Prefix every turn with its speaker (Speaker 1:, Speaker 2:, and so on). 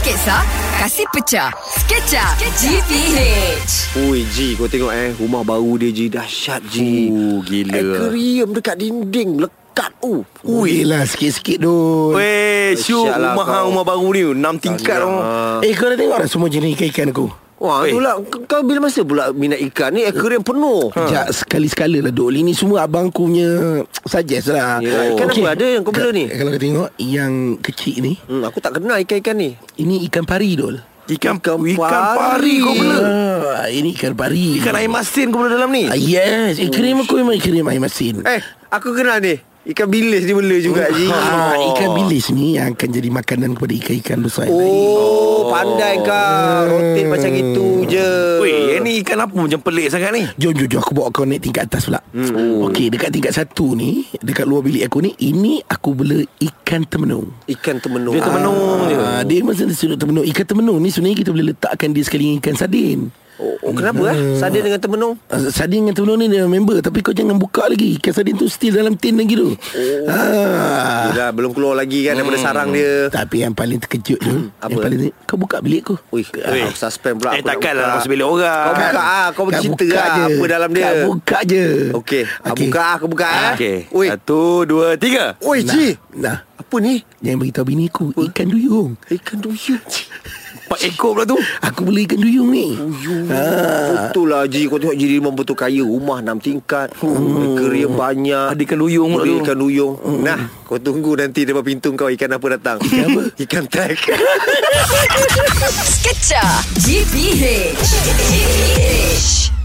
Speaker 1: Kisah Kasih Pecah Sketcha GPH
Speaker 2: Ui Ji kau tengok eh Rumah baru dia Ji Dahsyat Ji
Speaker 3: Oh, gila.
Speaker 2: Aquarium dekat dinding Lekat oh
Speaker 4: Ui lah sikit-sikit dun
Speaker 3: Weh, syuk
Speaker 2: Dahsyat lah
Speaker 3: rumah hang
Speaker 2: kau.
Speaker 3: rumah baru ni 6 tingkat
Speaker 2: Tahniah.
Speaker 3: orang.
Speaker 4: Eh kau dah tengok dah semua jenis ikan-ikan aku
Speaker 2: Wah
Speaker 3: Weh.
Speaker 2: itulah K- Kau bila masa pula minat ikan ni Aquarium penuh
Speaker 4: Sekejap sekali-sekala lah Dol Ini semua abang aku punya Suggest lah
Speaker 2: Yelah, ikan apa
Speaker 4: Okey.
Speaker 2: Ya, ada yang kau bela ni?
Speaker 4: Kalau kau tengok Yang kecil ni
Speaker 2: Hmm, aku tak kenal ikan-ikan ni
Speaker 4: Ini ikan pari Dol
Speaker 3: Ikan
Speaker 2: Ikan
Speaker 3: ikan, ikan
Speaker 2: pari.
Speaker 3: pari kau bela.
Speaker 4: Ah, Ini ikan pari
Speaker 3: Ikan air masin kau bela dalam ni.
Speaker 4: ah, Yes Ikrim aku memang ikrim air masin
Speaker 2: Eh aku kenal ni Ikan bilis dia bela juga Ji
Speaker 4: Ah, Ikan bilis ni Yang akan jadi makanan Kepada ikan-ikan besar yang lain.
Speaker 2: Oh pandai kau Rotate macam itu je
Speaker 3: Weh, yang ni ikan apa macam pelik sangat ni?
Speaker 4: Jom jom jom aku bawa kau naik tingkat atas pula. Hmm. Okey, dekat tingkat satu ni, dekat luar bilik aku ni, ini aku bela ikan temenung.
Speaker 2: Ikan temenung
Speaker 3: Dia temenung. je.
Speaker 4: Ah, dia masa dia sudut temenung. Ikan temenung ni sebenarnya kita boleh letakkan dia sekali dengan ikan sardin.
Speaker 2: Oh, oh, kenapa eh? Sadin dengan temenung
Speaker 4: Ah, Sardin dengan temenung ni dia member Tapi kau jangan buka lagi Ikan sardin tu still dalam tin lagi tu
Speaker 2: Oh.
Speaker 4: ah.
Speaker 2: Yelah belum keluar lagi kan Daripada sarang dia
Speaker 4: Tapi yang paling terkejut tu
Speaker 2: Hmm, Apa?
Speaker 4: Yang paling terkejut, Kau buka bilik kau
Speaker 2: Ui,
Speaker 3: Weh.
Speaker 2: ah, suspend pula aku
Speaker 3: Eh,
Speaker 2: nak buka.
Speaker 3: takkanlah masuk bilik orang.
Speaker 2: Kau
Speaker 4: Kan?
Speaker 2: buka ah, kau bercerita lah apa dalam dia.
Speaker 4: Kau buka je
Speaker 2: Okey, okay. buka ah, aku buka ah.
Speaker 3: Okey.
Speaker 2: Oi.
Speaker 3: Satu, dua, tiga.
Speaker 2: Oi,
Speaker 4: Nah,
Speaker 2: Ji.
Speaker 4: nah.
Speaker 2: Apa ni?
Speaker 4: Jangan beritahu bini aku Ikan duyung
Speaker 2: Ikan duyung.
Speaker 3: Empat ekor pula tu.
Speaker 4: Aku beli ikan duyung ni Ha.
Speaker 2: Duyung. Betul lah Ji Kau tengok Ji memang betul kaya Rumah 6 tingkat Kerja banyak
Speaker 3: Ada ikan duyung pula
Speaker 2: Ada
Speaker 3: tu.
Speaker 2: ikan duyung Nah Kau tunggu nanti Depan pintu kau Ikan apa datang Ikan apa? Ikan tek
Speaker 1: Sketcha GPH GPH